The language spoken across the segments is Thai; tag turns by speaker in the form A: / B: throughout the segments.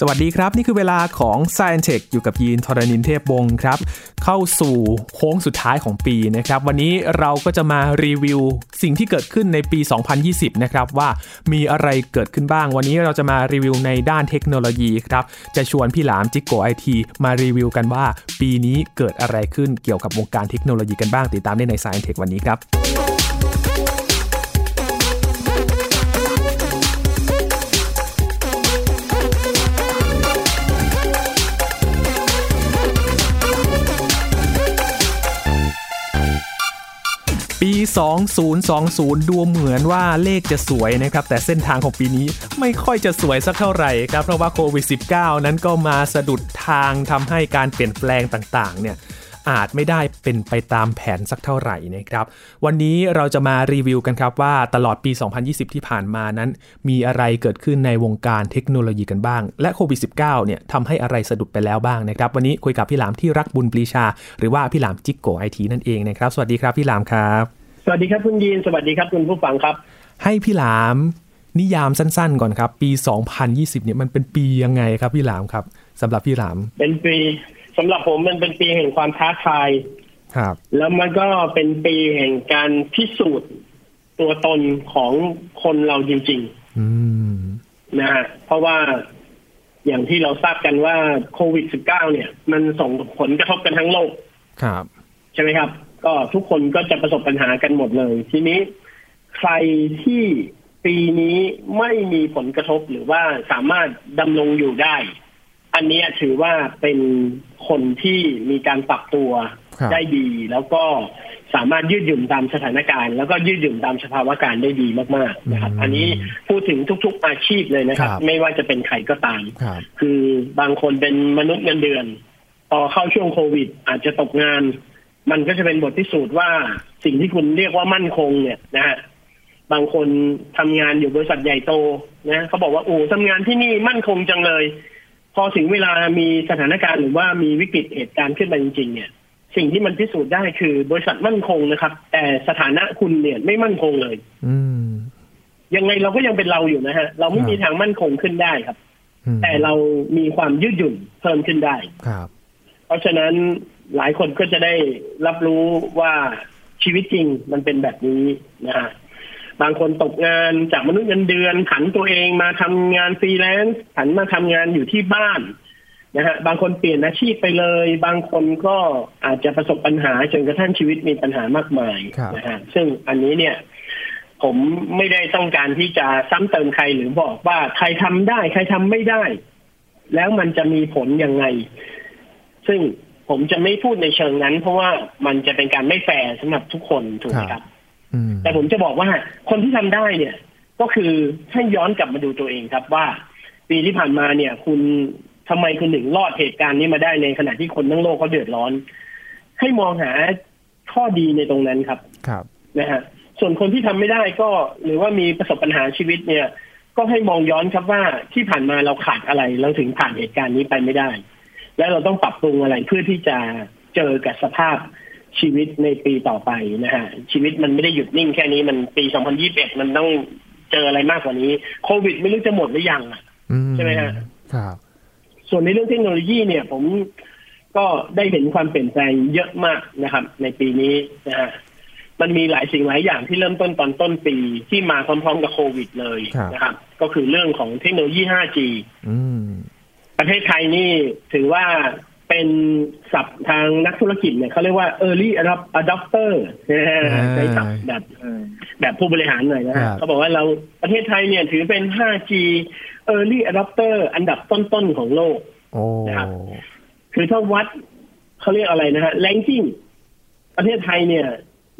A: สวัสดีครับ นี่คือเวลาของ s c i e n t e c h อยู่กับยีนทรณินเทพวงศ์ครับ เข้าสู่โค้งสุดท้ายของปีนะครับ วันนี้เราก็จะมารีวิวสิ่งที่เกิดขึ้นในปี 2020 นะครับว่ามีอะไรเกิดขึ้นบ้าง วันนี้เราจะมารีวิวในด้านเทคโนโลยีครับ จะชวนพี่หลามจิกโกไอทีมารีวิวกันว่า ปีนี้เกิดอะไรขึ้นเกี่ยวกับวงการเทคโนโลยีกันบ้างติดตามได้ใน s c i e n t e c h วันนี้ครับ ปี 2020 ดูเหมือนว่าเลขจะสวยนะครับ แต่เส้นทางของปีนี้ไม่ค่อยจะสวยสักเท่าไหร่ครับ เพราะว่าโควิด -19 นั้นก็มาสะดุดทางทำให้การเปลี่ยนแปลงต่างๆ เนี่ย อาจไม่ได้เป็นไปตามแผนสักเท่าไหร่นะครับ วันนี้เราจะมารีวิวกันครับว่าตลอดปี 2020 ที่ผ่านมานั้น มีอะไรเกิดขึ้นในวงการเทคโนโลยีกันบ้าง และโควิด -19 เนี่ยทำให้อะไรสะดุดไปแล้วบ้างนะครับ วันนี้คุยกับพี่หลามที่รักบุญปรีชา หรือว่าพี่หลามจิกโกไอทีนั่นเองนะครับ สวัสดีครับพี่หลามครับ
B: สวัสดีครับคุณยีนสวัสดีครับคุณผู้ฟังครับ
A: ให้พี่หลามนิยามสั้นๆก่อนครับ ปี 2020 เนี่ยมันเป็นปียังไงครับพี่หลามครับสำหรับพี่หลาม
B: เป็นปีสำหรับผมมันเป็นปีแห่งความท้าทาย
A: ครับ
B: แล้วมันก็เป็นปีแห่งการพิสูจน์ตัวตนของคนเราจริง
A: อืม
B: ๆ นะฮะเพราะว่าอย่างที่เราทราบกันว่าโควิด -19 เนี่ย มันส่งผลกระทบกันทั้งโลก
A: ครับ
B: ใช่ไหมครับ ก็ทุกคนก็จะประสบปัญหากันหมดเลย ทีนี้ใครที่ปีนี้ไม่มีผลกระทบหรือว่าสามารถดำรงอยู่ได้ อันเนี้ยถือว่าเป็นคนที่มีการปรับตัว
A: ครับ
B: ได้ดี แล้วก็สามารถยืดหยุ่นตามสถานการณ์ แล้วก็ยืดหยุ่นตามสภาวะการได้ดีมากๆนะครับ อันนี้พูดถึงทุก ๆอาชีพเลยนะครับ ไม่ว่าจะเป็นใครก็ตาม
A: ครับ
B: คือบางคนเป็นมนุษย์เงินเดือน พอเข้าช่วงโควิด อาจจะตกงาน มันก็จะเป็นบทพิสูจน์ว่าสิ่งที่คุณเรียกว่ามั่นคงเนี่ยนะฮะบางคนทำงานอยู่บริษัทใหญ่โตนะเขาบอกว่าโอ้ทำงานที่นี่มั่นคงจังเลย พอถึงเวลามีสถานการณ์หรือว่ามีวิกฤตเหตุการณ์ขึ้นมาจริง ๆ เนี่ย สิ่งที่มันพิสูจน์ได้คือบริษัทมั่นคงนะครับ แต่สถานะคุณเนี่ยไม่มั่นคงเลย
A: อืม
B: ยังไงเราก็ยังเป็นเราอยู่นะฮะเราไม่มีทางมั่นคงขึ้นได้ครับ
A: อืม
B: แต่เรามีความยืดหยุ่นเพิ่มขึ้นได้
A: ครับ
B: เพราะฉะนั้นหลายคนก็จะได้รับรู้ว่าชีวิตจริงมันเป็นแบบนี้นะฮะบางคนตกงานจากมนุษย์เงินเดือนผันตัวเองมาทำงานฟรีแลนซ์ผันมาทำงานอยู่ที่บ้านนะฮะบางคนเปลี่ยนอาชีพไปเลย บางคนก็อาจจะประสบปัญหาจนกระทั่งชีวิตมีปัญหามากมายนะฮะซึ่งอันนี้เนี่ย ผมไม่ได้ต้องการที่จะซ้ำเติมใครหรือบอกว่าใครทำได้ ใครทำไม่ได้ แล้วมันจะมีผลยังไง ซึ่งผมจะไม่พูดในเชิงนั้น เพราะว่ามันจะเป็นการไม่แฟร์สำหรับทุกคนถูกไหมครับ
A: อืม
B: แต่ผมจะบอกว่าคนที่ทำได้เนี่ย ก็คือให้ย้อนกลับมาดูตัวเองครับว่า ปีที่ผ่านมาเนี่ย คุณทำไมคุณถึงรอดเหตุการณ์นี้มาได้ในขณะที่คนทั้งโลกเขาเดือดร้อน ให้มองหาข้อดีในตรงนั้นครับ
A: ครับ
B: นะฮะส่วนคนที่ทำไม่ได้ก็หรือว่ามีประสบปัญหาชีวิตเนี่ย ก็ให้มองย้อนครับว่าที่ผ่านมาเราขาดอะไร เราถึงผ่านเหตุการณ์นี้ไปไม่ได้ และเราต้องปรับปรุงอะไรเพื่อที่จะเจอกับสภาพชีวิตในปีต่อไปนะฮะชีวิตมันไม่ได้หยุดนิ่งแค่นี้มันปี 2021 มันต้องเจออะไรมากกว่านี้ โควิดไม่รู้จะหมดหรือยังอะ
A: อืม
B: ใช่ไหมฮะ
A: ครับ
B: ส่วนในเรื่องเทคโนโลยีเนี่ย ผมก็ได้เห็นความเปลี่ยนแปลงเยอะมากนะครับ ในปีนี้นะฮะมันมีหลายสิ่งหลายอย่างที่เริ่มต้นตอนต้นปีที่มาพร้อมๆกับโควิดเลย
A: ครับ
B: นะครับ ก็คือเรื่องของเทคโนโลยี 5G
A: อืม
B: ประเทศไทยนี่ถือว่าเป็นศัพท์ทางนักธุรกิจเนี่ยเขาเรียกว่า early adop- adopter นะฮะใช้ศัพท์แบบ แบบผู้บริหารหน่อยนะ
A: ครั
B: ฮะ
A: บ
B: เขาบอกว่าเราประเทศไทยเนี่ยถือเป็น 5G early adopter อันดับต้นๆของโลก
A: โอ้
B: นะครับ คือถ้าวัดเขาเรียกอะไรนะฮะแรงกิ้งประเทศไทยเนี่ย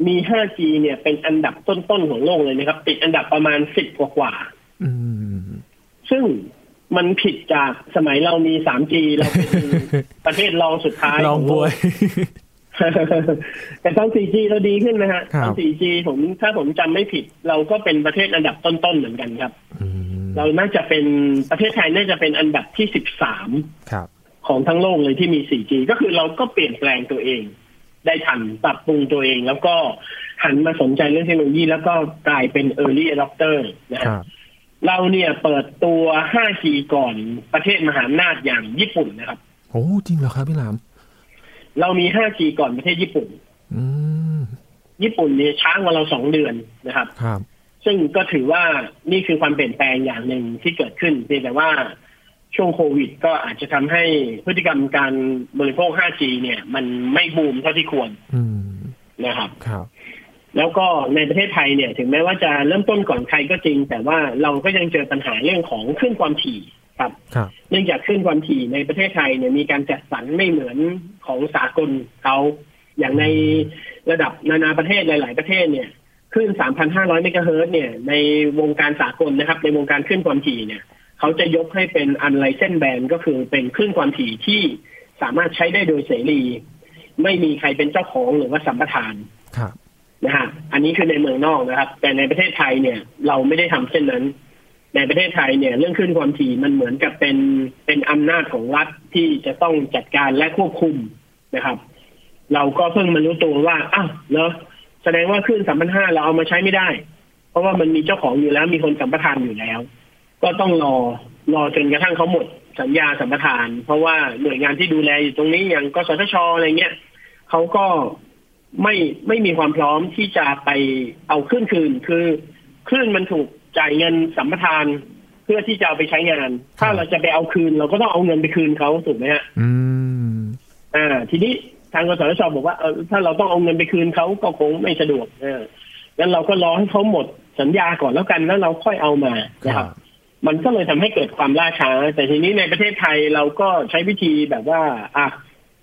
B: มี 5G เนี่ยเป็นอันดับต้นๆของโลกเลยนะครับ ติดอันดับประมาณ 10 กว่ากว่า
A: อืม
B: ๆซึ่งมันผิดจากสมัยเรามี 3G เราเป็นประเทศรองสุดท้าย
A: ลอง
B: ขโ
A: ป่วย
B: แต่ตอน 4G เราดีขึ้นนะฮะ
A: ครับ
B: ตอน 4G ผมถ้าผมจำไม่ผิด เราก็เป็นประเทศอันดับต้นๆเหมือนกันครับ
A: อืม
B: เราน่าจะเป็นประเทศไทยน่าจะเป็นอันดับที่ 13
A: ครับ
B: ของทั้งโลกเลยที่มี 4G ก็คือเราก็เปลี่ยนแปลงตัวเอง ได้ทันปรับปรุงตัวเอง แล้วก็หันมาสนใจเรื่องเทคโนโลยี แล้วก็กลายเป็น Early Adopter นะ
A: ค
B: ฮะ
A: รับ
B: เราเนี่ยเปิดตัว 5G ก่อนประเทศมหาอำนาจอย่างญี่ปุ่นนะครับ
A: โอ้จริงเหรอครับพี่หลาม
B: เรามี 5G ก่อนประเทศญี่ปุ่น
A: อืม
B: ญี่ปุ่นเนี่ยช้ากว่าเราสองเดือนนะครับ
A: ครับ
B: ซึ่งก็ถือว่านี่คือความเปลี่ยนแปลงอย่างหนึ่งที่เกิดขึ้นเพียงแต่ว่าช่วงโควิดก็อาจจะทำให้พฤติกรรมการบริโภค 5G เนี่ย มันไม่บูมเท่าที่ควร
A: อืม
B: นะครับ
A: ครับ
B: แล้วก็ในประเทศไทยเนี่ย ถึงแม้ว่าจะเริ่มต้นก่อนใครก็จริง แต่ว่าเราก็ยังเจอปัญหาเรื่องของคลื่นความถี่ครับ
A: ครับ
B: เนื่องจากคลื่นความถี่ในประเทศไทยเนี่ยมีการจัดสรรไม่เหมือนของสากลเขาอย่างในระดับนานาประเทศหลาย ๆ ประเทศเนี่ยคลื่น 3,500 เมกะเฮิรตซ์เนี่ยในวงการสากลนะครับ ในวงการคลื่นความถี่เนี่ยเขาจะยกให้เป็นอันไลเซนแบนก็คือเป็นคลื่นความถี่ที่สามารถใช้ได้โดยเสรี ไม่มีใครเป็นเจ้าของหรือว่าสัมปทาน
A: ครับ
B: นะฮะอันนี้คือในเมืองนอกนะครับ แต่ในประเทศไทยเนี่ยเราไม่ได้ทำเช่นนั้น ในประเทศไทยเนี่ย เรื่องคลื่นความถี่มันเหมือนกับเป็นเป็นอำนาจของรัฐที่จะต้องจัดการและควบคุมนะครับ เราก็เพิ่งมารู้ตัวว่าอ้าวเหรอแสดงว่าคลื่นสามพันห้าเราเอามาใช้ไม่ได้ เพราะว่ามันมีเจ้าของอยู่แล้วมีคนสัมปทานอยู่แล้ว ก็ต้องรอรอจนกระทั่งเขาหมดสัญญาสัมปทาน เพราะว่าหน่วยงานที่ดูแลอยู่ตรงนี้อย่างกสทชอะไรเงี้ยเขาก็ไม่ไม่มีความพร้อมที่จะไปเอาคลื่นคืน คือคลื่นมันถูกจ่ายเงินสัมปทานเพื่อที่จะเอาไปใช้งาน ถ้าเราจะไปเอาคืน เราก็ต้องเอาเงินไปคืนเขาถูกไหมฮะ
A: อืม
B: อ่าทีนี้ทางกสทชบอกว่าเออถ้าเราต้องเอาเงินไปคืนเขาก็คงไม่สะดวกเอองั้นเราก็รอให้เขาหมดสัญญาก่อนแล้วกันแล้วเราค่อยเอามานะครับ มันก็เลยทำให้เกิดความล่าช้า แต่ทีนี้ในประเทศไทยเราก็ใช้วิธีแบบว่าอ่ะ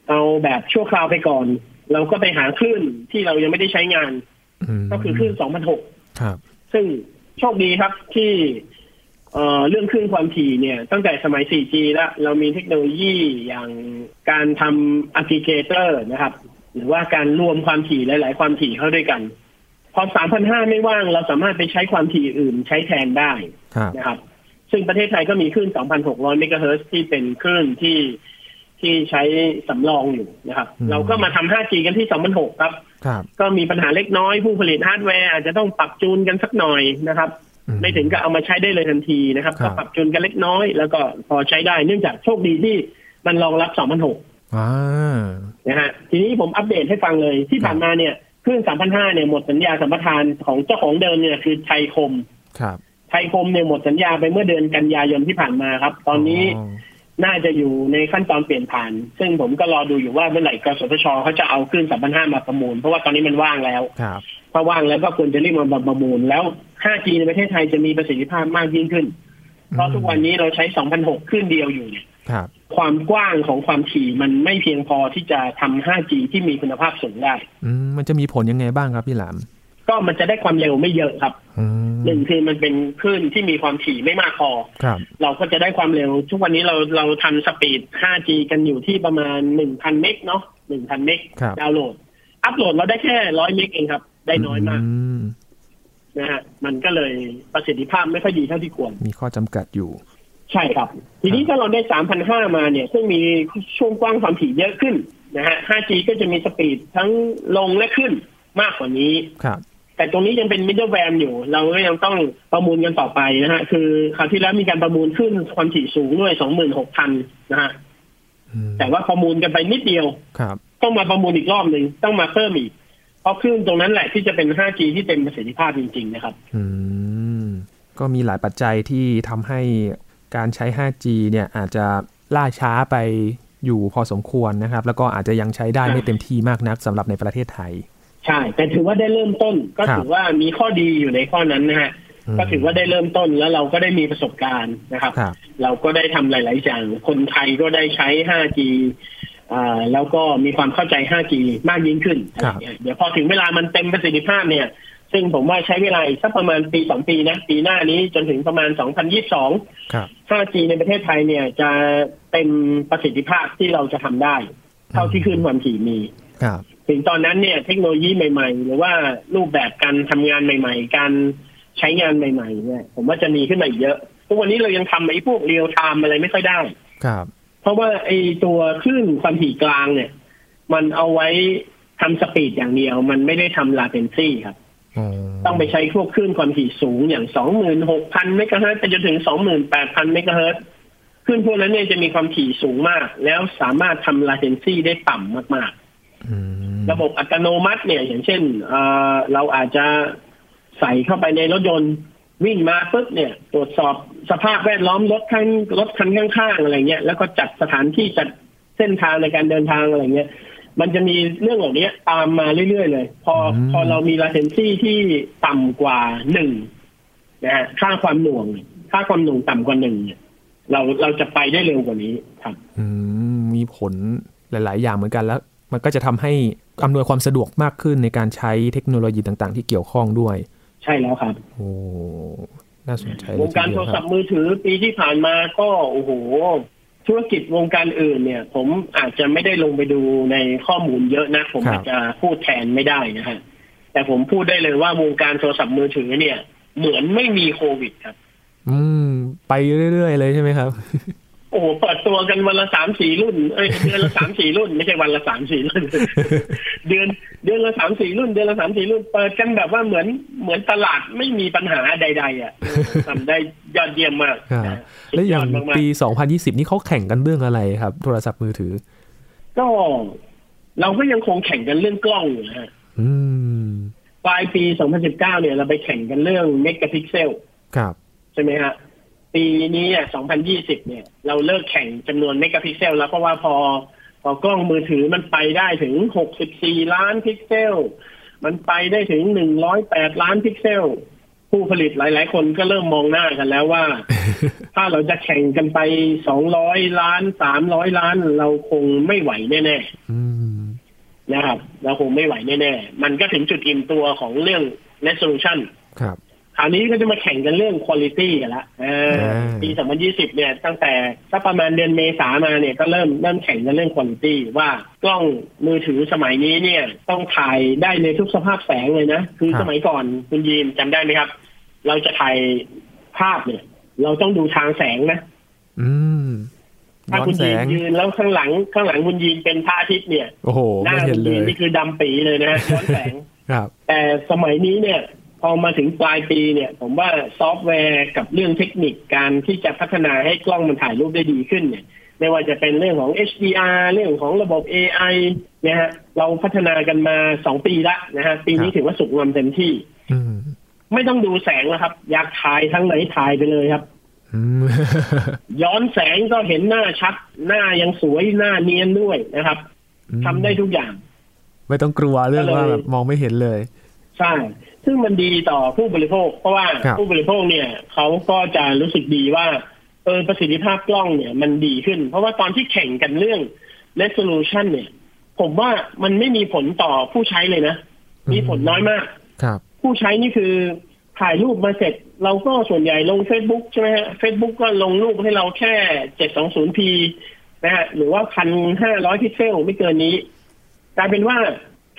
B: เอาแบบชั่วคราวไปก่อน เราก็ไปหาคลื่นที่เรายังไม่ได้ใช้งาน
A: ม
B: ก็คือคลื่น2006
A: ครับ
B: ซึ่งโชคดีครับที่เอ่อเรื่องคลื่นความถี่เนี่ย ตั้งแต่สมัย 4G แล้ว เรามีเทคโนโลยีอย่างการทำ a g g r e g a t o r นะครับ หรือว่าการรวมความถี่หลาย ๆ ความถี่เข้าด้วยกัน พอ 3,500 ไม่ว่าง เราสามารถไปใช้ความถี่อื่นใช้แทนได้
A: ครับ
B: นะครับ ซึ่งประเทศไทยก็มีคลื่น 2,600 เมกะเฮิรตซ์ที่เป็นคลื่นที่ที่ใช้สำรองอยู่นะครับ
A: อืม
B: เราก็มาทำ 5G กันที่ 2,600 ครับ
A: ครับ
B: ก็มีปัญหาเล็กน้อยผู้ผลิตฮาร์ดแวร์อาจจะต้องปรับจูนกันสักหน่อยนะครับ
A: อื
B: ไม่ถึงกับเอามาใช้ได้เลยทันทีนะครับ
A: ครั
B: ก็
A: บ
B: ปรับจูนกันเล็กน้อย แล้วก็พอใช้ได้เนื่องจากโชคดีที่มันรองรับ 2006
A: อ่า
B: นะฮะทีนี้ผมอัปเดตให้ฟังเลยที่ผ่านมาเนี่ยคลื่น3,005เนี่ยหมดสัญญาสัมปทานของเจ้าของเดิมเนี่ยคือไทยคม
A: ครับ
B: ไทยคมเนี่ยหมดสัญญาไปเมื่อเดือนกันยายนที่ผ่านมาครับ ตอนนี้
A: อ
B: น่าจะอยู่ในขั้นตอนเปลี่ยนผ่าน ซึ่งผมก็รอดูอยู่ว่าเมื่อไหร่กสทชเขาจะเอาคลื่น3,005มาประมูลเพราะว่าตอนนี้มันว่างแล้ว
A: ครับ
B: ถ้าว่างแล้วก็ควรจะรีบมาบำประมูล แล้ว 5G ในประเทศไทยจะมีประสิทธิภาพมากยิ่งขึ้น เพราะทุกวันนี้เราใช้ 2006 ขึ้นเดียวอยู่เนี่ย
A: ครับ
B: ความกว้างของความถี่มันไม่เพียงพอที่จะทำ 5G ที่มีคุณภาพสูงได้
A: อืมมันจะมีผลยังไงบ้างครับพี่หลาม
B: ก็มันจะได้ความเร็วไม่เยอะครับ
A: อืม
B: หนึ่งคือมันเป็นคลื่นที่มีความถี่ไม่มากพอ
A: ครับ
B: เราก็จะได้ความเร็ว ทุกวันนี้เราเราทำสปีด 5G กันอยู่ที่ประมาณ 1,000 เมกเนาะ 1,000 เมก
A: ครับ
B: ดาวน์โหลด อัปโหลดเราได้แค่ 100 เมกเองครับ ได้น้อยมาก
A: ม
B: นะฮะมันก็เลยประสิทธิภาพไม่ค่อยดีเท่าที่ควร
A: มีข้อจำกัดอยู่
B: ใช่ครับ ทีนี้ถ้าเราได้ 3,500 มาเนี่ย ซึ่งมีช่วงกว้างความถี่เยอะขึ้นนะฮะ 5G ก็จะมีสปีดทั้งลงและขึ้นมากกว่านี้
A: ครับ
B: แต่ตรงนี้ยังเป็นมิดเดิลแวมอยู่ เราก็ยังต้องประมูลกันต่อไปนะฮะ คือคราวที่แล้วมีการประมูลขึ้นความถี่สูงด้วย 26,000 นะฮะ
A: อืม
B: แต่ว่าประมูลกันไปนิดเดียว
A: ครับ
B: ต้องมาประมูลอีกรอบหนึ่งต้องมาเพิ่มอีก เพราะคลื่นตรงนั้นแหละที่จะเป็น 5G ที่เต็มประสิทธิภาพจริงๆนะครับ
A: อืมก็มีหลายปัจจัยที่ทำให้การใช้ 5G เนี่ยอาจจะล่าช้าไปอยู่พอสมควรนะครับ แล้วก็อาจจะยังใช้ได้ไม่เต็มที่มากนักสำหรับในประเทศไทย
B: ใช่ แต่ถือว่าได้เริ่มต้นก็
A: ครับ
B: ถือว่ามีข้อดีอยู่ในข้อนั้นนะฮะ
A: อืม
B: ก็ถือว่าได้เริ่มต้นแล้วเราก็ได้มีประสบการณ์นะครับ
A: ครับ
B: เราก็ได้ทำหลาย ๆ อย่าง คนไทยก็ได้ใช้ 5G อ่าแล้วก็มีความเข้าใจ 5G มากยิ่งขึ้น
A: ครับ
B: อะไรเงี้ยเดี๋ยวพอถึงเวลามันเต็มประสิทธิภาพเนี่ย ซึ่งผมว่าใช้เวลาอีกสักประมาณปีสองปีนะ ปีหน้านี้จนถึงประมาณ 2022
A: ครับ
B: 5G ในประเทศไทยเนี่ยจะเต็มประสิทธิภาพที่เราจะทำได้ เท่าที่ขึ้นความถี่มี
A: ครับ
B: ถึงตอนนั้นเนี่ยเทคโนโลยีใหม่ๆ หรือว่ารูปแบบการทำงานใหม่ ๆ การใช้งานใหม่ๆเนี่ยผมว่าจะมีขึ้นมาอีกเยอะ ทุกวันนี้เรายังทำไอ้พวกเรียลไทม์อะไรไม่ค่อยได้
A: ครับ
B: เพราะว่าไอ้ตัวคลื่นความถี่กลางเนี่ย มันเอาไว้ทำสปีดอย่างเดียว มันไม่ได้ทำลาเทนซี่ครับ
A: อ๋อ
B: ต้องไปใช้พวกคลื่นความถี่สูงอย่าง 26,000เมกะเฮิรตซ์ไปจนถึง 28,000เมกะเฮิรตซ์คลื่นพวกนั้นเนี่ยจะมีความถี่สูงมาก แล้วสามารถทำ latency ได้ต่ำมาก
A: อืม
B: ๆ ระบบอัตโนมัติเนี่ย อย่างเช่นเอ่อเราอาจจะใส่เข้าไปในรถยนต์ วิ่งมาปุ๊บเนี่ย ตรวจสอบสภาพแวดล้อมรถข้างรถคันข้างๆอะไรเงี้ยแล้วก็จัดสถานที่จัดเส้นทางในการเดินทางอะไรเงี้ยมันจะมีเรื่องเหล่านี้ตามมาเรื่อยๆเลย พอพอเรามี latency ที่ต่ำกว่าหนึ่งนะฮะค่าความหน่วง ค่าความหน่วงต่ำกว่าหนึ่งเนี่ยเราเราจะไปได้เร็วกว่านี้ครับ
A: อืมมีผลหลาย ๆ อย่างเหมือนกันแล้ว มันก็จะทำให้อำนวยความสะดวกมากขึ้นในการใช้เทคโนโลยีต่างๆ ที่เกี่ยวข้องด้วย
B: ใช่แล้วครับ
A: โอ้น่าสนใจเล
B: วย ง
A: ที
B: การ
A: เดี
B: โท
A: ยว
B: ร
A: ค
B: ศั
A: รั
B: พ
A: บ
B: ท์มือถือปีที่ผ่านมาก็โอ้โห ธุรกิจวงการอื่นเนี่ย ผมอาจจะไม่ได้ลงไปดูในข้อมูลเยอะนะ ผมอาจจะพูดแทนไม่ได้นะฮะแต่ผมพูดได้เลยว่าวงการโทรศัพท์มือถือเนี่ย เหมือนไม่มีโควิดครับ
A: อืมไปเรื่อย ๆ เลยใช่ไหมครับ
B: โอ้โหเปิดตัวกันวันละสามสี่รุ่นเอ้ยเดือนละสามสี่รุ่น ไม่ใช่วันละสามสี่รุ่น เดือนเดือนละสามสี่รุ่น เดือนละสามสี่รุ่นเปิดกันแบบว่าเหมือนเหมือนตลาดไม่มีปัญหาใด ๆ อ่ะ ทำได้ยอดเยี่ยมมาก
A: ครับ
B: นะสุด
A: แล้วอย่าง
B: ดมกๆ
A: ปี 2020 นี่เขาแข่งกันเรื่องอะไรครับ โทรศัพท์มือถือ
B: ก็เราก็ยังคงแข่งกันเรื่องกล้องอยู่นะฮะ
A: อืม
B: ปลายปี 2019 เนี่ยเราไปแข่งกันเรื่องเมกะพิกเซล
A: ครับ
B: ใช่ไหมฮะ ปีนี้เนี่ย 2020 เนี่ย เราเลิกแข่งจำนวนเมกะพิกเซลแล้วเพราะว่าพอ พอกล้องมือถือมันไปได้ถึง 64 ล้านพิกเซล มันไปได้ถึง 108 ล้านพิกเซล ผู้ผลิตหลาย ๆ คนก็เริ่มมองหน้ากันแล้วว่า ถ้าเราจะแข่งกันไป 200 ล้าน 300 ล้าน เราคงไม่ไหวแน่ๆ
A: อืม
B: นะครับเราคงไม่ไหวแน่ๆ มันก็ถึงจุดอิ่มตัวของเรื่อง resolution
A: ครับ
B: คราวนี้ก็จะมาแข่งกันเรื่อง quality กันละเออ
A: อ่า
B: ปี 2020 เนี่ย ตั้งแต่สักประมาณเดือนเมษามาเนี่ยก็เริ่มเริ่มแข่งกันเรื่อง quality ว่ากล้องมือถือสมัยนี้เนี่ย ต้องถ่ายได้ในทุกสภาพแสงเลยนะ คือ
A: ครับ
B: สมัยก่อนคุณยีนจำได้ไหมครับ เราจะถ่ายภาพเนี่ย เราต้องดูทางแสงนะ
A: อืม
B: ถ้า
A: ย้อน
B: คุณ
A: แส
B: ยีน
A: ง
B: ยืนแล้วข้างหลังข้างหลังคุณยีนเป็นพระอาทิตย์เนี่ย
A: โอ้โห
B: หน้า
A: ไม่เห็น
B: คุณ
A: เล
B: ยีน
A: ย
B: นี่คือดำปีเลยนะฮะย้อนแสง
A: ครับ
B: แต่สมัยนี้เนี่ย พอมาถึงปลายปีเนี่ย ผมว่าซอฟต์แวร์กับเรื่องเทคนิคการที่จะพัฒนาให้กล้องมันถ่ายรูปได้ดีขึ้นเนี่ย ไม่ว่าจะเป็นเรื่องของ HDR เรื่องของระบบ AI นะฮะเราพัฒนากันมาสองปีละนะฮะปี
A: ค
B: นี้
A: รับ
B: ถือว่าสุกงอมเต็มที่
A: อืม
B: ไม่ต้องดูแสงแล้วครับ อยากถ่ายทั้งไหนถ่ายไปเลยครับ
A: อืม
B: ย้อนแสงก็เห็นหน้าชัด หน้ายังสวยหน้าเนียนด้วยนะครับทำได้ทุกอย่าง
A: ไม่ต้องกลัวเรื่อง
B: ก็เลย
A: ว่าแบบมองไม่เห็นเลย
B: ใช่ ซึ่งมันดีต่อผู้บริโภค เพราะว่า
A: ครับ
B: ผู้บริโภคเนี่ยเขาก็จะรู้สึกดีว่าเออประสิทธิภาพกล้องเนี่ยมันดีขึ้น เพราะว่าตอนที่แข่งกันเรื่อง resolution เนี่ย ผมว่ามันไม่มีผลต่อผู้ใช้เลยนะ มีผลน้อยมาก
A: ครับ
B: ผู้ใช้นี่คือถ่ายรูปมาเสร็จ เราก็ส่วนใหญ่ลง Facebook ใช่ไหมฮะ Facebook ก็ลงรูปให้เราแค่ 720p นะฮะหรือว่า 1,500 พิกเซลไม่เกินนี้ กลายเป็นว่า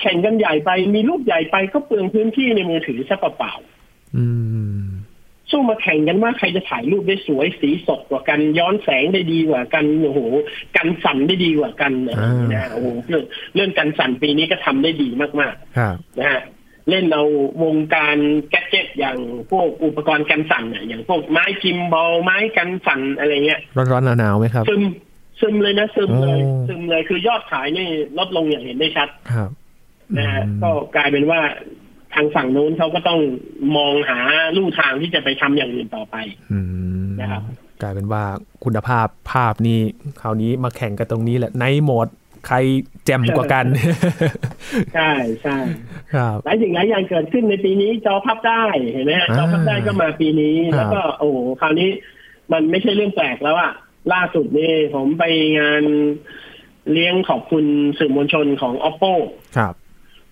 B: แข่งกันใหญ่ไปมีรูปใหญ่ไปก็เปลืองพื้นที่ในมือถือซะเปล่า
A: อืม
B: ๆสู้มาแข่งกันว่าใครจะถ่ายรูปได้สวยสีสดกว่ากันย้อนแสงได้ดีกว่ากันโอ้โหกันสั่นได้ดีกว่ากันนะ
A: อ่า
B: นะฮะโอ้โหเรื่องเรื่องกันสั่นปีนี้ก็ทำได้ดีมากๆ
A: ครับ
B: นะฮะเล่นเอาวงการแกดเจิตอย่างพวกอุปกรณ์กันสั่นน่ะอย่างพวกไม้กิมบอลไม้กันสั่นอะไรเงี้ย
A: ร้อนร้อนหนาวหนาวๆไหมครับ
B: ซึมซึมเลยนะซึมเลย
A: โอ้
B: ซึมเลยคือยอดขายนี่ลดลงอย่างเห็นได้ชัด
A: ครับ
B: นะฮะ
A: อืม
B: ก็กลายเป็นว่าทางฝั่งนู้นเขาก็ต้องมองหาลู่ทางที่จะไปทำอย่างอื่นต่อไป
A: อืม
B: นะครับ
A: กลายเป็นว่าคุณภาพภาพนี่คราวนี้มาแข่งกันตรงนี้แหละในโหมดใครแจ่มกว่ากัน
B: ใช่ใช่
A: ครับ
B: หลายสิ่งหลายอย่างเกิดขึ้นในปีนี้จอพับได้เห็นไหมฮะ
A: อ่า
B: จอพับได้ก็มาปีนี้
A: ครับ
B: แล้วก็โอ้โหคราวนี้มันไม่ใช่เรื่องแปลกแล้วอะล่าสุดนี่ผมไปงานเลี้ยงขอบคุณสื่อมวลชนของ oppo
A: ครับ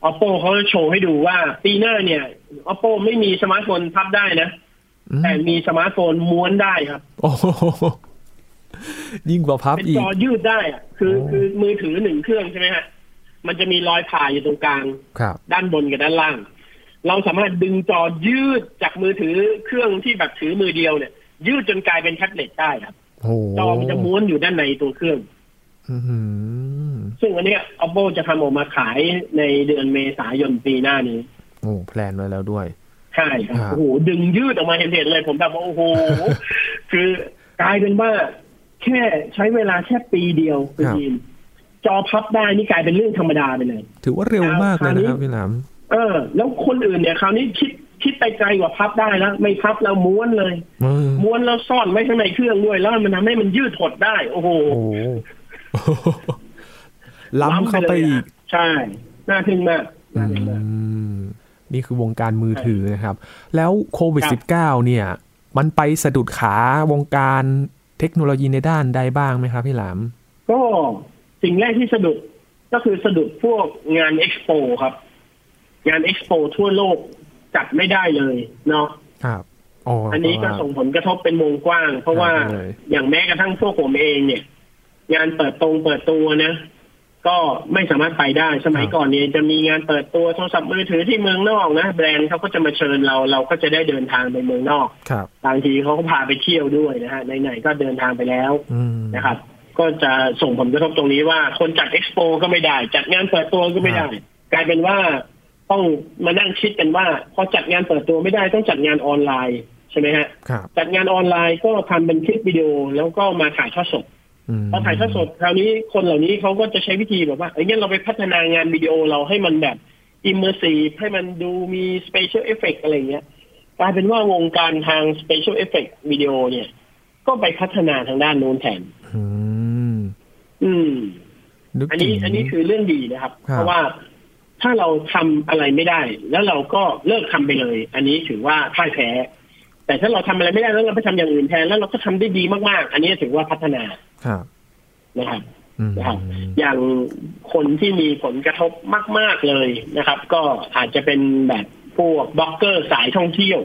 B: oppo เขาโชว์ให้ดูว่าปีหน้าเนี่ย oppo ไม่มีสมาร์ทโฟนพับได้นะ
A: อืม
B: แต่มีสมาร์ทโฟนม้วนได้ครับ
A: โอ้โหยิ่งกว่าพับ
B: เป็น
A: อี
B: จ
A: ก
B: อยืดได้อะคือ
A: โอ้
B: คือมือถือหนึ่งเครื่องใช่ไหมฮะมันจะมีรอยผ่าอยู่ตรงกลาง
A: ครับ
B: ด้านบนกับด้านล่าง เราสามารถดึงจอยืดจากมือถือเครื่องที่แบบถือมือเดียวเนี่ย ยืดจนกลายเป็นแท็บเล็ตได้ครับ
A: โอ้โห
B: จอมันจะม้วนอยู่ด้านในตัวเครื่อง
A: อื้อหือ
B: ซึ่งอันเนี้ย oppo จะทำออกมาขายในเดือนเมษายนปีหน้านี้
A: โอ้แพลนไว้แล้วด้วย
B: ใช่ครับ
A: อ่า
B: โอ้โหดึงยืดออกมาเห็นๆเลย ผมแบบว่าโอ้โห คือกลายเป็นว่า แค่ใช้เวลาแค่ปีเดียวคุณ
A: ครับ
B: ยีนจอพับได้นี่กลายเป็นเรื่องธรรมดาไปเลย
A: ถือว่าเร็วมากเลยนะครับพี่หลาม
B: เออ แล้วคนอื่นเนี่ยคราวนี้คิดคิดไปไกลกว่าพับได้แล้วไม่พับแล้วม้วนเลย
A: อืม
B: ม้วนแล้วซ่อนไว้ข้างในเครื่องด้วย แล้วมันทำให้มันยืดถดได้ โอ้โห
A: โอ้โห ล้ำเข้าไปอีก
B: ใช่น่าทึ่งมากน่าทึ่งมาก
A: อืม นี่คือวงการมือถือนะครับ แล้วโควิด
B: ครับ
A: 19เนี่ย มันไปสะดุดขาวงการเทคโนโลยีในด้านใดบ้างไหมครับพี่หลาม
B: ก็สิ่งแรกที่สะดุดก็คือสะดุดพวกงานเอ็กซ์โปครับ งานเอ็กซ์โปทั่วโลกจัดไม่ได้เลยเนาะ
A: ครับ อ๋อ
B: อั
A: อั
B: นนี้ก็ส่งผลกระทบเป็นวงกว้าง เพราะว่า
A: ใช่เลย
B: อย่างแม้กระทั่งพวกผมเองเนี่ย งานเปิดตรงเปิดตัวนะ ก็ไม่สามารถไปได้สมัยก่อนเนี่ยจะมีงานเปิดตัวโทรศัพท์มือถือที่เมืองนอกนะแบรนด์เขาก็จะมาเชิญเราเราก็จะได้เดินทางไปเมืองนอก
A: ครับ
B: บางทีเขาก็พาไปเที่ยวด้วยนะฮะไหนๆก็เดินทางไปแล้ว
A: อืม
B: นะครับ ก็จะส่งผลกระทบตรงนี้ว่าคนจัดเอ็กซ์โปก็ไม่ได้ จัดงานเปิดตัวก็ไม่ได้ กลายเป็นว่าต้องมานั่งคิดกันว่า พอจัดงานเปิดตัวไม่ได้ต้องจัดงานออนไลน์ใช่ไหมฮะ
A: ครับ
B: จัดงานออนไลน์ก็ทำเป็นคลิปวิดีโอแล้วก็มาถ่ายทอดสด
A: อืม
B: พอถ่ายทอดสดคราวนี้คนเหล่านี้เขาก็จะใช้วิธีแบบว่าเอ้ยงั้นเราไปพัฒนางานวิดีโอเราให้มันแบบอิมเมอร์ซีฟให้มันดูมีสเปเชียลเอฟเฟกอะไรอย่างเงี้ยกลายเป็นว่าวงการทางสเปเชียลเอฟเฟกวิดีโอเนี่ย ก็ไปพัฒนาทางด้านโน้นแทน
A: อืม
B: อืม
A: นึก
B: อันนี้
A: ถึง
B: อันนี้คือเรื่องดีนะครับ
A: ครับ
B: เพราะว่าถ้าเราทำอะไรไม่ได้ แล้วเราก็เลิกทำไปเลย อันนี้ถือว่าพ่ายแพ้ แต่ถ้าเราทำอะไรไม่ได้แล้วเราไปทำอย่างอื่นแทนแล้วเราก็ทำได้ดีมากๆ อันนี้ถือว่าพัฒนา
A: ครับ
B: นะครับ
A: อืม
B: นะครับ อย่างคนที่มีผลกระทบมาก ๆเลยนะครับ ก็อาจจะเป็นแบบพวกบล็อกเกอร์สายท่องเที่ยว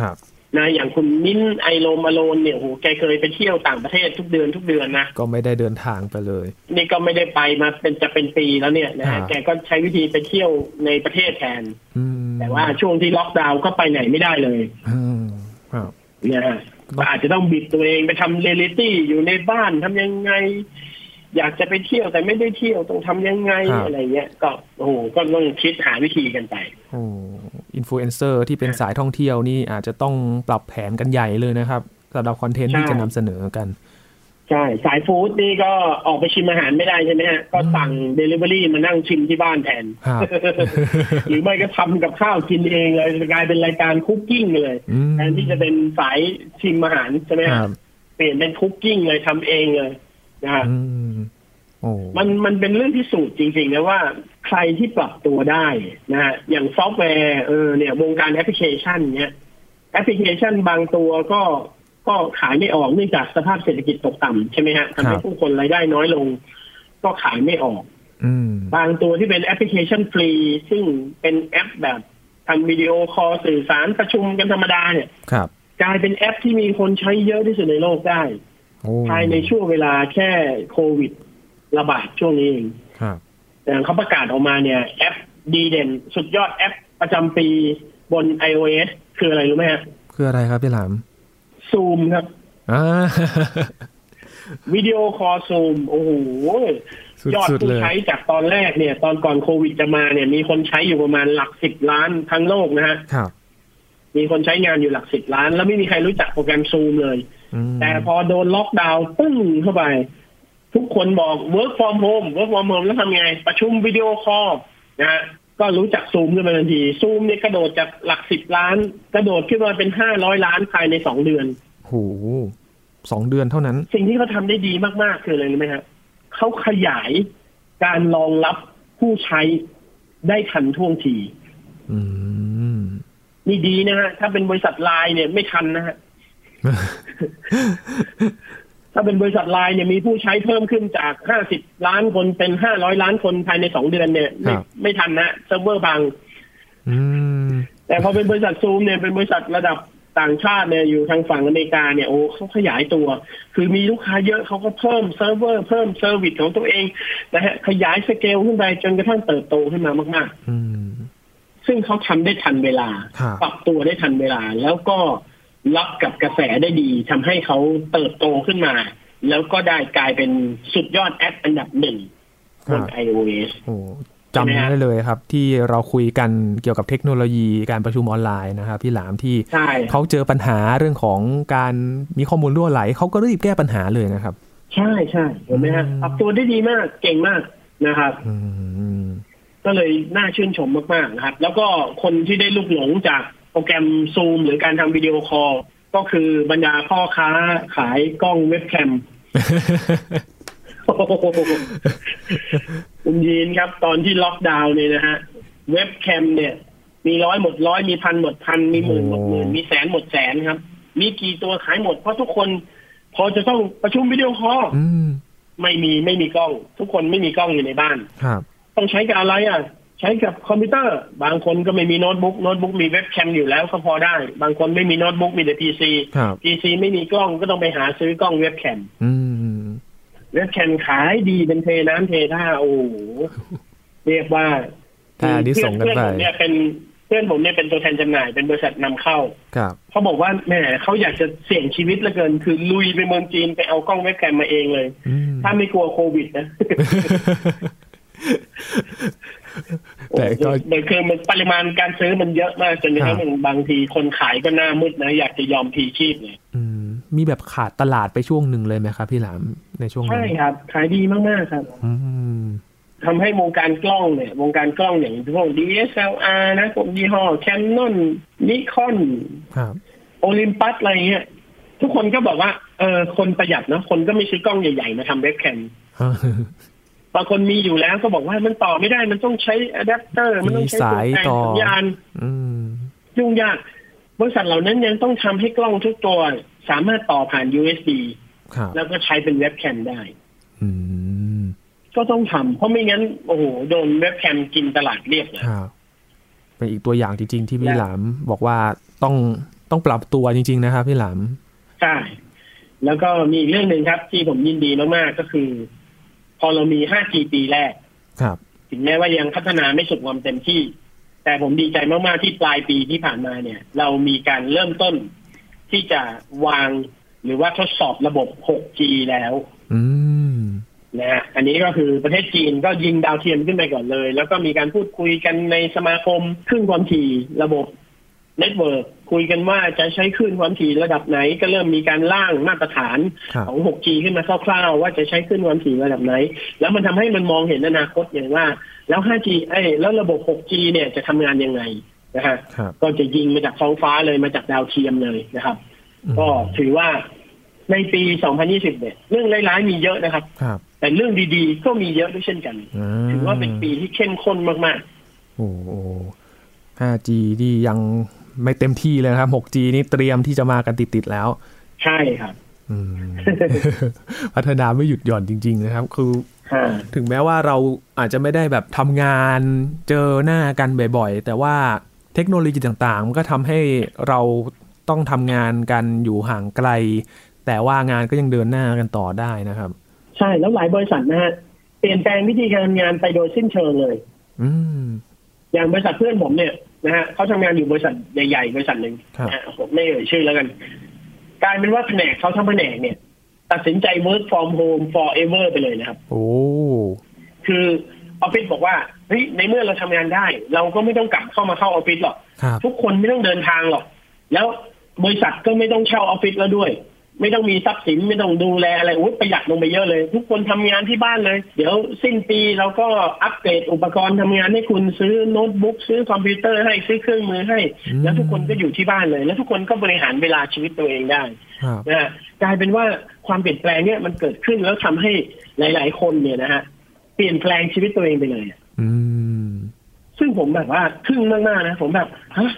A: ครับ
B: นะอย่างคุณมิ้นท์ไอโลมาโลนเนี่ยโอ้โหแกเคยไปเที่ยวต่างประเทศทุกเดือนทุกเดือนนะ
A: ก็ไม่ได้เดินทางไปเลย
B: นี่ก็ไม่ได้ไปมาเป็นจะเป็นปีแล้วเนี่ยนะฮะ
A: อ่า
B: แกก็ใช้วิธีไปเที่ยวในประเทศแทน
A: อืม
B: แต่ว่าช่วงที่ล็อกดาวน์ก็ไปไหนไม่ได้เลย
A: อืมครับ
B: นะฮะก็อาจจะต้องบิดตัวเองไปทำเรยลลิตี้อยู่ในบ้านทำยังไง อยากจะไปเที่ยวแต่ไม่ได้เที่ยวต้องทำยังไง
A: ครับ
B: อะไรเงี้ยก็โอ้โหก็ต้องคิดหาวิธีกันไป
A: โอ้อินฟลูเอนเซอร์ที่เป็นสายท่องเที่ยวนี่อาจจะต้องปรับแผนกันใหญ่เลยนะครับสำหรับคอนเทนต์ที่
B: ใช่
A: จะนำเสนอกัน
B: ใช่สายฟู้ดนี่ก็ออกไปชิมอาหารไม่ได้ใช่ไหมฮะก็สั่งเดลิเวอรี่มานั่งชิมที่บ้านแทน
A: ครับ
B: หรือไม่ก็ทำกับข้าวกินเองเลยกลายเป็นรายการคุกกิ้งเลย
A: อืม
B: แทนที่จะเป็นสายชิมอาหารใช่ไหม
A: ค
B: ฮะ
A: รับ
B: เปลี่ยนเป็นคุกกิ้งเลยทำเองเลยนะฮะ
A: อืมโอ้
B: มันมันเป็นเรื่องที่สูตรจริงๆนะว่าใครที่ปรับตัวได้นะฮะอย่างซอฟต์แวร์เออเนี่ยวงการแอปพลิเคชันเนี้ยแอปพลิเคชันบางตัวก็ก็ขายไม่ออกเนื่องจากสภาพเศรษฐกิจตกต่ำใช่ไหมฮะทำให้ผู้คนรายได้น้อยลง ก็ขายไม่ออก
A: อืม
B: บางตัวที่เป็นแอปพลิเคชันฟรี ซึ่งเป็นแอปแบบทำวิดีโอคอลสื่อสารประชุมกันธรรมดาเนี่ย
A: ครับ
B: กลายเป็นแอปที่มีคนใช้เยอะที่สุดในโลกได้
A: โอ้
B: ภายในช่วงเวลาแค่โควิด ระบาดช่วงนี้เอง
A: ครับ
B: แต่เขาประกาศออกมาเนี่ย แอปดีเด่น สุดยอดแอปประจำปีบน iOS คืออะไรรู้ไหมฮะ
A: คืออะไรครับพี่หลาม
B: ซูมครับ
A: อ่า
B: วิดีโอคอลซูมโอ้โห ยอด
A: สุดๆ
B: ผู้
A: เลย
B: ใช้จากตอนแรกเนี่ย ตอนก่อนโควิดจะมาเนี่ย มีคนใช้อยู่ประมาณหลักสิบล้านทั้งโลกนะฮะ
A: ครับ
B: มีคนใช้งานอยู่หลักสิบล้าน แล้วไม่มีใครรู้จักโปรแกรมซูมเลย
A: อืม
B: แต่พอโดนล็อกดาวน์ปึ้งเข้าไป ทุกคนบอก work from home work from home แล้วทำไง ประชุมวิดีโอคอลนะฮะก็รู้จักซูมขึ้นมาทันทีซูมเนี่ยกระโดดจากหลักสิบล้าน กระโดดขึ้นมาเป็นห้าร้อยล้านภายในสองเดือน
A: โหสองเดือนเท่านั้น
B: สิ่งที่เขาทำได้ดีมาก ๆ คืออะไรรู้ไหมฮะเขาขยายการรองรับผู้ใช้ได้ทันท่วงที
A: อืม
B: นี่ดีนะฮะ ถ้าเป็นบริษัทไลน์เนี่ยไม่ทันนะฮะ ถ้าเป็นบริษัทไลน์เนี่ยมีผู้ใช้เพิ่มขึ้นจาก 50 ล้านคนเป็น 500 ล้านคนภายใน 2 เดือนเนี่ย ไม่
A: ครับ
B: ไม่ทันนะเซิร์ฟเวอร์บาง
A: อืม
B: แต่พอเป็นบริษัทซูมเนี่ยเป็นบริษัทระดับต่างชาติเนี่ยอยู่ทางฝั่งอเมริกาเนี่ยโอ้เขาขยายตัว คือมีลูกค้าเยอะเขาก็เพิ่มเซิร์ฟเวอร์เพิ่มเซอร์วิสของตัวเองนะฮะขยายสเกลขึ้นไปจนกระทั่งเติบโตขึ้นมามาก
A: อืม
B: ๆ ซึ่งเขาทำได้ทันเวลา
A: ครับ
B: ปรับตัวได้ทันเวลา แล้วก็รับกับกระแสได้ดีทำให้เขาเติบโตขึ้นมา แล้วก็ได้กลายเป็นสุดยอดแอปอันดับหนึ่ง
A: ค
B: บ
A: รั
B: น
A: บ
B: iOS
A: โอ้ จำได้เลยครับ ที่เราคุยกันเกี่ยวกับเทคโนโลยีการประชุมออนไลน์นะครับพี่หลามที่
B: ใช่
A: เขาเจอปัญหาเรื่องของการมีข้อมูลรั่วไหลเขาก็รีบแก้ปัญหาเลยนะครับ
B: ใช่ใช่เห็นไหมฮะ
A: อืม
B: ปรับตัวได้ดีมากเก่งมากนะครับ
A: อืม
B: ก็เลยน่าชื่นชมมาก ๆ นะครับ แล้วก็คนที่ได้ลูกหลงจากโปรแกรมซูมหรือการทำวิดีโอคอลก็คือบรรดาพ่อค้าขายกล้องเว็บแคมโอ้โหคุณยีนครับ ตอนที่ล็อกดาวน์เนี่ยนะฮะ เว็บแคมเนี่ย มีร้อยหมดร้อยมีพันหมดพันมีหมื่นหมดหมื่น
A: โอ้
B: มีแสนหมดแสนครับ มีกี่ตัวขายหมดเพราะทุกคน พอจะต้องประชุมวิดีโอคอล
A: อืม
B: ไม่มีไม่มีกล้อง ทุกคนไม่มีกล้องอยู่ในบ้าน
A: ครับ
B: ต้องใช้กับอะไรอ่ะ ใช้กับคอมพิวเตอร์ บางคนก็ไม่มีโน้ตบุ๊กโน้ตบุ๊กมีเว็บแคมอยู่แล้วก็พอได้ บางคนไม่มีโน้ตบุ๊กมีแต่พีซี
A: ครับ
B: พีซีไม่มีกล้องก็ต้องไปหาซื้อกล้องเว็บแคม
A: อืม
B: เว็บแคมขายดีเป็นเทน้ำเทท่าโอ้โหเรียกว่า
A: ถ้าอันนี้ส่งกัน
B: เพื่อน
A: ไป
B: ผมเนี่ยเป็นเพื่อนผมเนี่ยเป็นตัวแทนจำหน่ายเป็นบริษัทนำเข้า
A: ครับ
B: เขาบอกว่าแหมเขาอยากจะเสี่ยงชีวิตเหลือเกิน คือลุยไปเมืองจีนไปเอากล้องเว็บแคมมาเองเลย
A: อืม
B: ถ้าไม่กลัวโควิดนะ
A: แต่ก็
B: โดยคือมันปริมาณการซื้อมันเยอะมากจนกระทั่ง
A: ครับ
B: บางทีคนขายก็หน้ามืดนะ อยากจะยอมพลีชีพเลย
A: อืมมีแบบขาดตลาดไปช่วงหนึ่งเลยไหมครับ พี่หลามในช่วงนั้
B: ใช่
A: น
B: ครับขายดีมาก ๆ ครับ
A: อืม
B: ทำให้วงการกล้องเนี่ยวงการกล้องอย่างพวก DSLR นะพวกยี่ห้อ Canon Nikon
A: ครับ
B: Olympus อะไรเงี้ยทุกคนก็บอกว่าเออคนประหยัดเนอะคนก็ไม่ซื้อกล้องใหญ่ ๆ มาทำเว็บแคมบางคนมีอยู่แล้วก็บอกว่ามันต่อไม่ได้มันต้องใช้อะแดปเตอร์มันต้องใช้ตัวแทน
A: มีสายต่อ
B: สัญญาณ
A: อืม
B: ยุ่งยากบริษัทเหล่านั้นยังต้องทำให้กล้องทุกตัว สามารถต่อผ่าน USB
A: ครับ
B: แล้วก็ใช้เป็นเว็บแคมได้
A: อืม
B: ก็ต้องทำเพราะไม่งั้น โอ้โห โดนเว็บแคมกินตลาดเรียบเลย
A: ครับเป็นอีกตัวอย่างจริง ๆ ที่พี่
B: และ
A: หลามบอกว่าต้องต้องปรับตัวจริง ๆ นะครับพี่หลาม
B: ใช่ แล้วก็มีอีกเรื่องหนึ่งครับ ที่ผมยินดีมาก ๆ ก็คือ พอเรามี 5G ปีแรก
A: ครับ
B: ถึงแม้ว่ายังพัฒนาไม่สุดความเต็มที่ แต่ผมดีใจมาก ๆ ที่ปลายปีที่ผ่านมาเนี่ย เรามีการเริ่มต้นที่จะวางหรือว่าทดสอบระบบ 6G แล้ว
A: อืม
B: นะฮะอันนี้ก็คือประเทศจีนก็ยิงดาวเทียมขึ้นไปก่อนเลย แล้วก็มีการพูดคุยกันในสมาคมคลื่นความถี่ระบบเน็ตเวิร์กคุยกันว่าจะใช้คลื่นความถี่ระดับไหน ก็เริ่มมีการร่างมาตรฐาน
A: ครับ
B: ของ 6G ขึ้นมาคร่าวๆ ว่าจะใช้คลื่นความถี่ระดับไหน แล้วมันทำให้มันมองเห็นอนาคตอย่างว่า แล้ว 5G เอ้ยแล้วระบบ 6G เนี่ยจะทำงานยังไงนะฮะ
A: ครับ
B: ก็จะยิงมาจากท้องฟ้าเลยมาจากดาวเทียมเลยนะครับ ก็ถือว่าในปี 2020 เนี่ยเรื่องร้ายๆมีเยอะนะครับ
A: ครับ
B: แต่เรื่องดีๆ ก็มีเยอะด้วยเช่นกัน ถือว่าเป็นปีที่เข้มข้นมาก
A: โอ้โห 5G นี่ยังไม่เต็มที่เลยนะครับ 6G นี่เตรียมที่จะมากันติด ๆ แล้ว
B: ๆ ใช่ครับ
A: อืม พัฒนาไม่หยุดหย่อนจริง ๆ นะครับ คือ
B: อ่า
A: ถึงแม้ว่าเราอาจจะไม่ได้แบบทำงานเจอหน้ากันบ่อยๆ แต่ว่าเทคโนโลยีต่างๆ มันก็ทำให้เราต้องทำงานกันอยู่ห่างไกล แต่ว่างานก็ยังเดินหน้ากันต่อได้นะครับ
B: ใช่แล้วหลายบริษัทนะฮะเปลี่ยนแปลงวิธีการทำงานไปโดยสิ้นเชิงเลย
A: อืม
B: อย่างบริษัทเพื่อนผมเนี่ยนะฮะเขาทำงานอยู่บริษัทใหญ่ๆบริษัทหนึ่ง
A: ครับ
B: นะฮะผมไม่เอ่ยชื่อแล้วกันกลายเป็นว่าแผนกเขาทั้งแผนกเนี่ย ตัดสินใจ work from home forever ไปเลยนะครับ
A: โอ้
B: คือออฟฟิศบอกว่าเฮ้ยในเมื่อเราทำงานได้ เราก็ไม่ต้องกลับเข้ามาเข้าออฟฟิศหรอก
A: ครับ
B: ทุกคนไม่ต้องเดินทางหรอก แล้วบริษัทก็ไม่ต้องเช่าออฟฟิศแล้วด้วย ไม่ต้องมีทรัพย์สินไม่ต้องดูแลอะไรอุ๊ยประหยัดลงไปเยอะเลย ทุกคนทำงานที่บ้านเลย เดี๋ยวสิ้นปีเราก็อัปเกรดอุปกรณ์ทำงานให้คุณซื้อโน้ตบุ๊กซื้อคอมพิวเตอร์ให้ซื้อเครื่องมือให้
A: อืม
B: แล้วทุกคนก็อยู่ที่บ้านเลย แล้วทุกคนก็บริหารเวลาชีวิตตัวเองได้
A: ครับ
B: นะฮะกลายเป็นว่าความเปลี่ยนแปลงเนี่ยมันเกิดขึ้นแล้วทำให้หลาย ๆ คนเนี่ยนะฮะเปลี่ยนแปลงชีวิตตัวเองไปเลยอะ
A: อืม
B: ซึ่งผมแบบว่าทึ่งมากๆนะ ผมแบบฮะ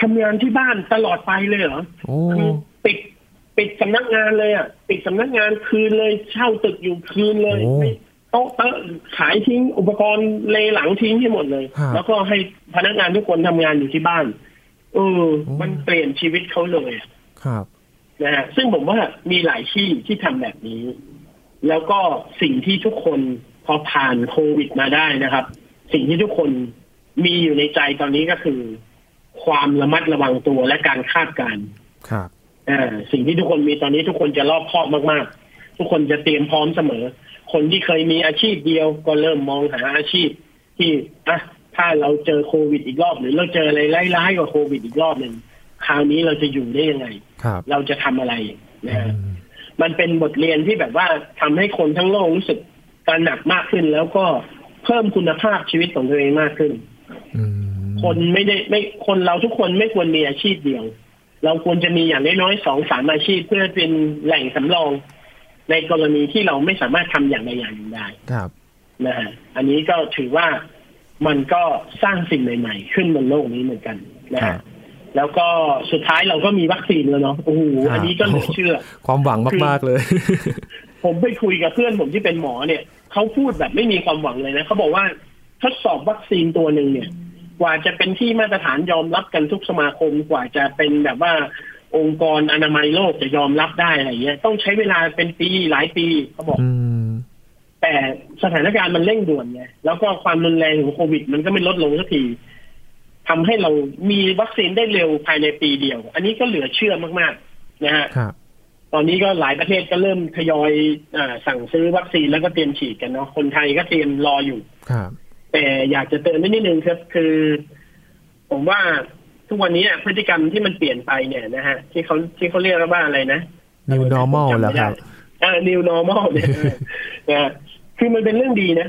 B: ทำงานที่บ้านตลอดไปเลยเหรอ
A: โอ้
B: คือปิดปิดสำนักงานเลยอ่ะปิดสำนักงานคืนเลยเช่าตึกอยู่คืนเลย
A: โอ้
B: ไม่โต๊ะเตอะขายทิ้งอุปกรณ์เลหลังทิ้งให้หมดเลย
A: ฮะ
B: แล้วก็ให้พนักงานทุกคนทำงานอยู่ที่บ้านเออ
A: โอ้
B: มันเปลี่ยนชีวิตเขาเลยอะ
A: ครับ
B: นะฮะซึ่งผมว่ามีหลายที่ที่ทำแบบนี้ แล้วก็สิ่งที่ทุกคนพอผ่านโควิดมาได้นะครับ สิ่งที่ทุกคนมีอยู่ในใจตอนนี้ก็คือ ความระมัดระวังตัวและการคาดการณ์
A: ครับ
B: อ่าสิ่งที่ทุกคนมีตอนนี้ทุกคนจะรอบคอบมาก ๆ ทุกคนจะเตรียมพร้อมเสมอ คนที่เคยมีอาชีพเดียวก็เริ่มมองหาอาชีพ ที่อ่ะถ้าเราเจอโควิดอีกรอบ หรือเราเจออะไรร้ายๆกว่าโควิดอีกรอบหนึ่งคราวนี้เราจะอยู่ได้ยังไง
A: ครับ
B: เราจะทำอะไรนะฮะ
A: อืม
B: มันเป็นบทเรียนที่แบบว่าทำให้คนทั้งโลกรู้สึกตระหนักมากขึ้น แล้วก็เพิ่มคุณภาพชีวิตของตัวเองมากขึ้น
A: อืม
B: คนไม่ได้ไม่คนเราทุกคนไม่ควรมีอาชีพเดียว เราควรจะมีอย่างน้อยๆสองสามอาชีพเพื่อเป็นแหล่งสำรอง ในกรณีที่เราไม่สามารถทำอย่างใดอย่างหนึ่งได้
A: ครับ
B: นะฮะอันนี้ก็ถือว่ามันก็สร้างสิ่งใหม่ ๆ ขึ้นบนโลกนี้เหมือนกันนะ
A: ครั
B: ฮะ
A: บ
B: แล้วก็สุดท้ายเราก็มีวัคซีนแล้วเนาะโอ้โหอันนี้ก็เหลื
A: ค
B: อ
A: รับ
B: เชื่อ
A: ความหวังมากๆเลย
B: ผมไปคุยกับเพื่อนผมที่เป็นหมอเนี่ยเขาพูดแบบไม่มีความหวังเลยนะเขาบอกว่าทดสอบวัคซีนตัวหนึ่งเนี่ย กว่าจะเป็นที่มาตรฐานยอมรับกันทุกสมาคมกว่าจะเป็นแบบว่า องค์กรอนามัยโลกจะยอมรับได้อะไรเงี้ย ต้องใช้เวลาเป็นปีหลายปีเขาบอก
A: อืม
B: แต่สถานการณ์มันเร่งด่วนไงแล้วก็ความรุนแรงของโควิด มันก็ไม่ลดลงสักทีทำให้เรามีวัคซีนได้เร็วภายในปีเดียว อันนี้ก็เหลือเชื่อมากๆนะฮะ
A: ครับ
B: ตอนนี้ก็หลายประเทศก็เริ่มทยอยอาสั่งซื้อวัคซีนแล้วก็เตรียมฉีดกันเนาะคนไทยก็เตรียมรออยู่
A: ครับ
B: แต่อยากจะเตือนไว้นิดนึงครับคือ ผมว่าทุกวันนี้พฤติกรรมที่มันเปลี่ยนไปเนี่ยนะฮะที่เขาที่เขาเรียกว่าอะไรนะ
A: new normal แล้วครับ
B: เออ new normal เนี่ยเออนะฮะคือมันเป็นเรื่องดีนะ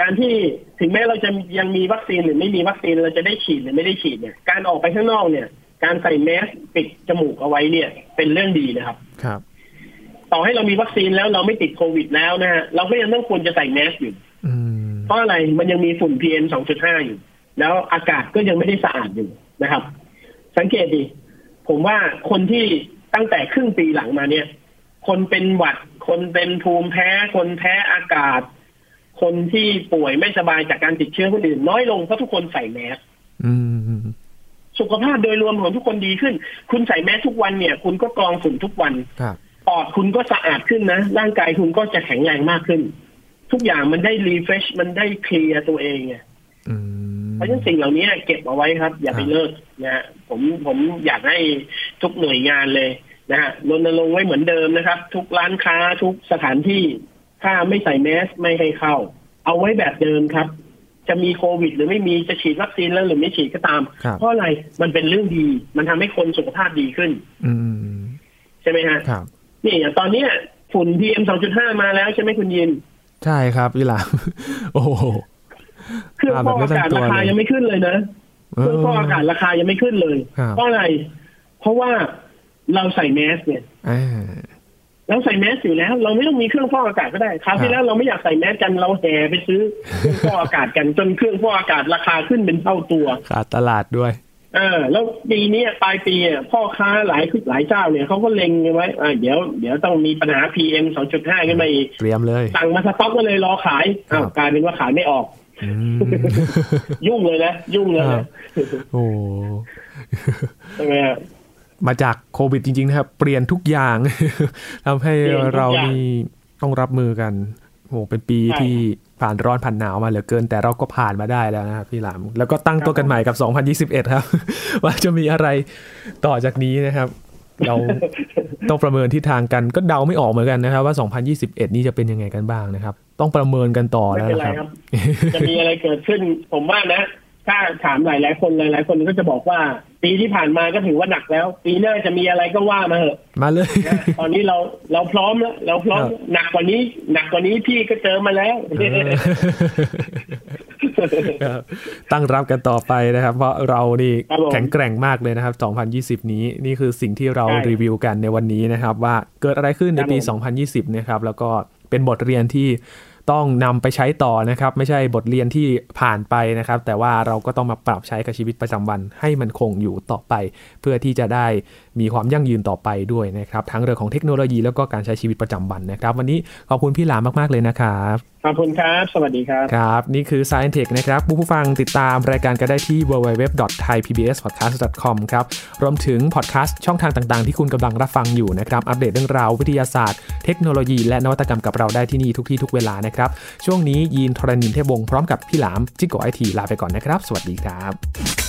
B: การที่ถึงแม้เราจะยังมีวัคซีนหรือไม่มีวัคซีนเราจะได้ฉีดหรือไม่ได้ฉีดเนี่ย การออกไปข้างนอกเนี่ย การใส่แมสปิดจมูกเอาไว้เนี่ย เป็นเรื่องดีนะครับ
A: ครับ
B: ต่อให้เรามีวัคซีนแล้วเราไม่ติดโควิดแล้วนะฮะเราก็ยังต้องควรจะใส่แมสอยู่
A: อืม
B: เพราะอะไรมันยังมีฝุ่น PM 2.5 อยู่ แล้วอากาศก็ยังไม่ได้สะอาดอยู่นะครับ สังเกตดิผมว่าคนที่ตั้งแต่ครึ่งปีหลังมาเนี่ย คนเป็นหวัด คนเป็นภูมิแพ้ คนแพ้อากาศ คนที่ป่วยไม่สบายจากการติดเชื้อคนอื่น น้อยลงเพราะทุกคนใส่แมส
A: อืม
B: สุขภาพโดยรวมของทุกคนดีขึ้น คุณใส่แมสทุกวันเนี่ย คุณก็กรองฝุ่นทุกวัน
A: ครับ
B: ปอดคุณก็สะอาดขึ้นนะ ร่างกายคุณก็จะแข็งแรงมากขึ้น ทุกอย่างมันได้รีเฟรชมันได้เคลียร์ตัวเองไง
A: อืม
B: เพราะฉะนั้นสิ่งเหล่านี้เก็บเอาไว้ครับ อย่าไป
A: ครับ
B: เลิกนะฮะผมผมอยากให้ทุกหน่วยงานเลยนะฮะรณรงค์ไว้เหมือนเดิมนะครับ ทุกร้านค้าทุกสถานที่ ถ้าไม่ใส่แมสไม่ให้เข้า เอาไว้แบบเดิมครับ จะมีโควิด หรือไม่มีจะฉีดวัคซีนแล้วหรือไม่ฉีดก็ตาม
A: ครับ
B: เพราะอะไรมันเป็นเรื่องดี มันทำให้คนสุขภาพดีขึ้น
A: อืม
B: ใช่ไหมฮะ
A: ครับ
B: นี่อย่างตอนเนี้ยฝุ่น PM 2.5 มาแล้วใช่ไหมคุณยิน
A: ใช่ครับพี่หลาม โอ้โห
B: เครื่อง
A: อ่า
B: ฟอกอากา
A: แบบไม่
B: ศ
A: ตั้งตัว
B: ราคา
A: เลย
B: ยังไม่ขึ้นเลยนะ เครื่องฟอกอากาศราคายังไม่ขึ้นเลย
A: ครับ
B: เพราะอะไร เพราะว่าเราใส่แมสเนี่ย
A: อ่า
B: เราใส่แมสอยู่แล้ว เราไม่ต้องมีเครื่องฟอกอากาศก็ได้คราว
A: ครั
B: ที่
A: บ
B: แล้วเราไม่อยากใส่แมสกันเราแห่ไปซื้อเครื่องฟอกอากาศกันจนเครื่องฟอกอากาศราคาขึ้นเป็นเท่าตัว
A: ขาดตลาดด้วย
B: เออแล้วปีเนี้ยปลายปีอ่ะพ่อค้าหลายหลายเจ้าเนี่ยเขาก็เล็งไว้อ่าเดี๋ยวเดี๋ยวต้องมีปัญหา PM 2.5ขึ้นมาอีก
A: เตรียมเลย
B: สั่งมาสต็อกก็เลยรอขาย
A: ครับ
B: อ้าวกลายเป็นว่าขายไม่ออก
A: อืม
B: ยุ่งเลยนะ ยุ่งเลย
A: ครับ
B: นะ
A: โอ้
B: ใช่ไหมฮะ
A: มาจากโควิดจริงๆนะครับ เปลี่ยนทุกอย่าง ทำให้
B: เปลี่ยนทุกอย่าง
A: เรานี่ต้องรับมือกันโอ้เป็นปี
B: ใช่
A: ที่ผ่านร้อนผ่านหนาวมาเหลือเกิน แต่เราก็ผ่านมาได้แล้วนะครับพี่หลาม แล้วก็ตั้งตัวกันใหม่กับ 2021 ครับ ว่าจะมีอะไรต่อจากนี้นะครับ เรา ต้องประเมินทิศทางกันก็เดาไม่ออกเหมือนกันนะครับ ว่า 2021 นี้จะเป็นยังไงกันบ้างนะครับ ต้องประเมินกันต่อ
B: ไม่
A: แล้วนะ
B: เป็นไร
A: ครับ
B: ครับ จะมีอะไรเกิดขึ้น ผมว่านะ ถ้าถามหลายหลายๆคนหลายๆคนก็จะบอกว่า ปีที่ผ่านมาก็ถือว่าหนักแล้ว ปีหน้าจะมีอะไรก็ว่ามาเถอะ
A: มาเลย
B: นะ ตอนนี้เราเราพร้อมแล้วเราพร้อม
A: ครับ
B: หนักกว่านี้ หนักกว่านี้พี่ก็เจอมาแล้ว
A: ครับตั้งรับกันต่อไปนะครับ เพราะเรานี่
B: ครับผม
A: แข็งแกร่งมากเลยนะครับ 2020 นี้นี่คือสิ่งที่เรา
B: ใช่
A: รีวิวกันในวันนี้นะครับ ว่าเกิดอะไรขึ้นในปี
B: ครับผม
A: 2020 นะครับ แล้วก็เป็นบทเรียนที่ต้องนำไปใช้ต่อนะครับ ไม่ใช่บทเรียนที่ผ่านไปนะครับ แต่ว่าเราก็ต้องมาปรับใช้กับชีวิตประจำวันให้มันคงอยู่ต่อไป เพื่อที่จะได้มีความยั่งยืนต่อไปด้วยนะครับ ทั้งเรื่องของเทคโนโลยีแล้วก็การใช้ชีวิตประจำวันนะครับ วันนี้ขอบคุณพี่หลามมากๆเลยนะครับ
B: ขอบคุณครับ สวัสดีครับ
A: ครับ นี่คือ Science Tech นะครับผู้ผู้ฟังติดตามรายการก็ได้ที่ www.thaipbspodcast.com ครับ รวมถึงพอดแคสต์ช่องทางต่างๆ ที่คุณกำลังรับฟังอยู่นะครับ อัปเดตเรื่องราววิทยาศาสตร์ เทคโนโลยีและนวัตกรรมกับเราได้ที่นี่ทุกที่ทุกเวลานะครับ ช่วงนี้ยีนทรณินเทพวงศ์พร้อมกับพี่หลาม จิกโกไอทีลาไปก่อนนะครับ สวัสดีครับ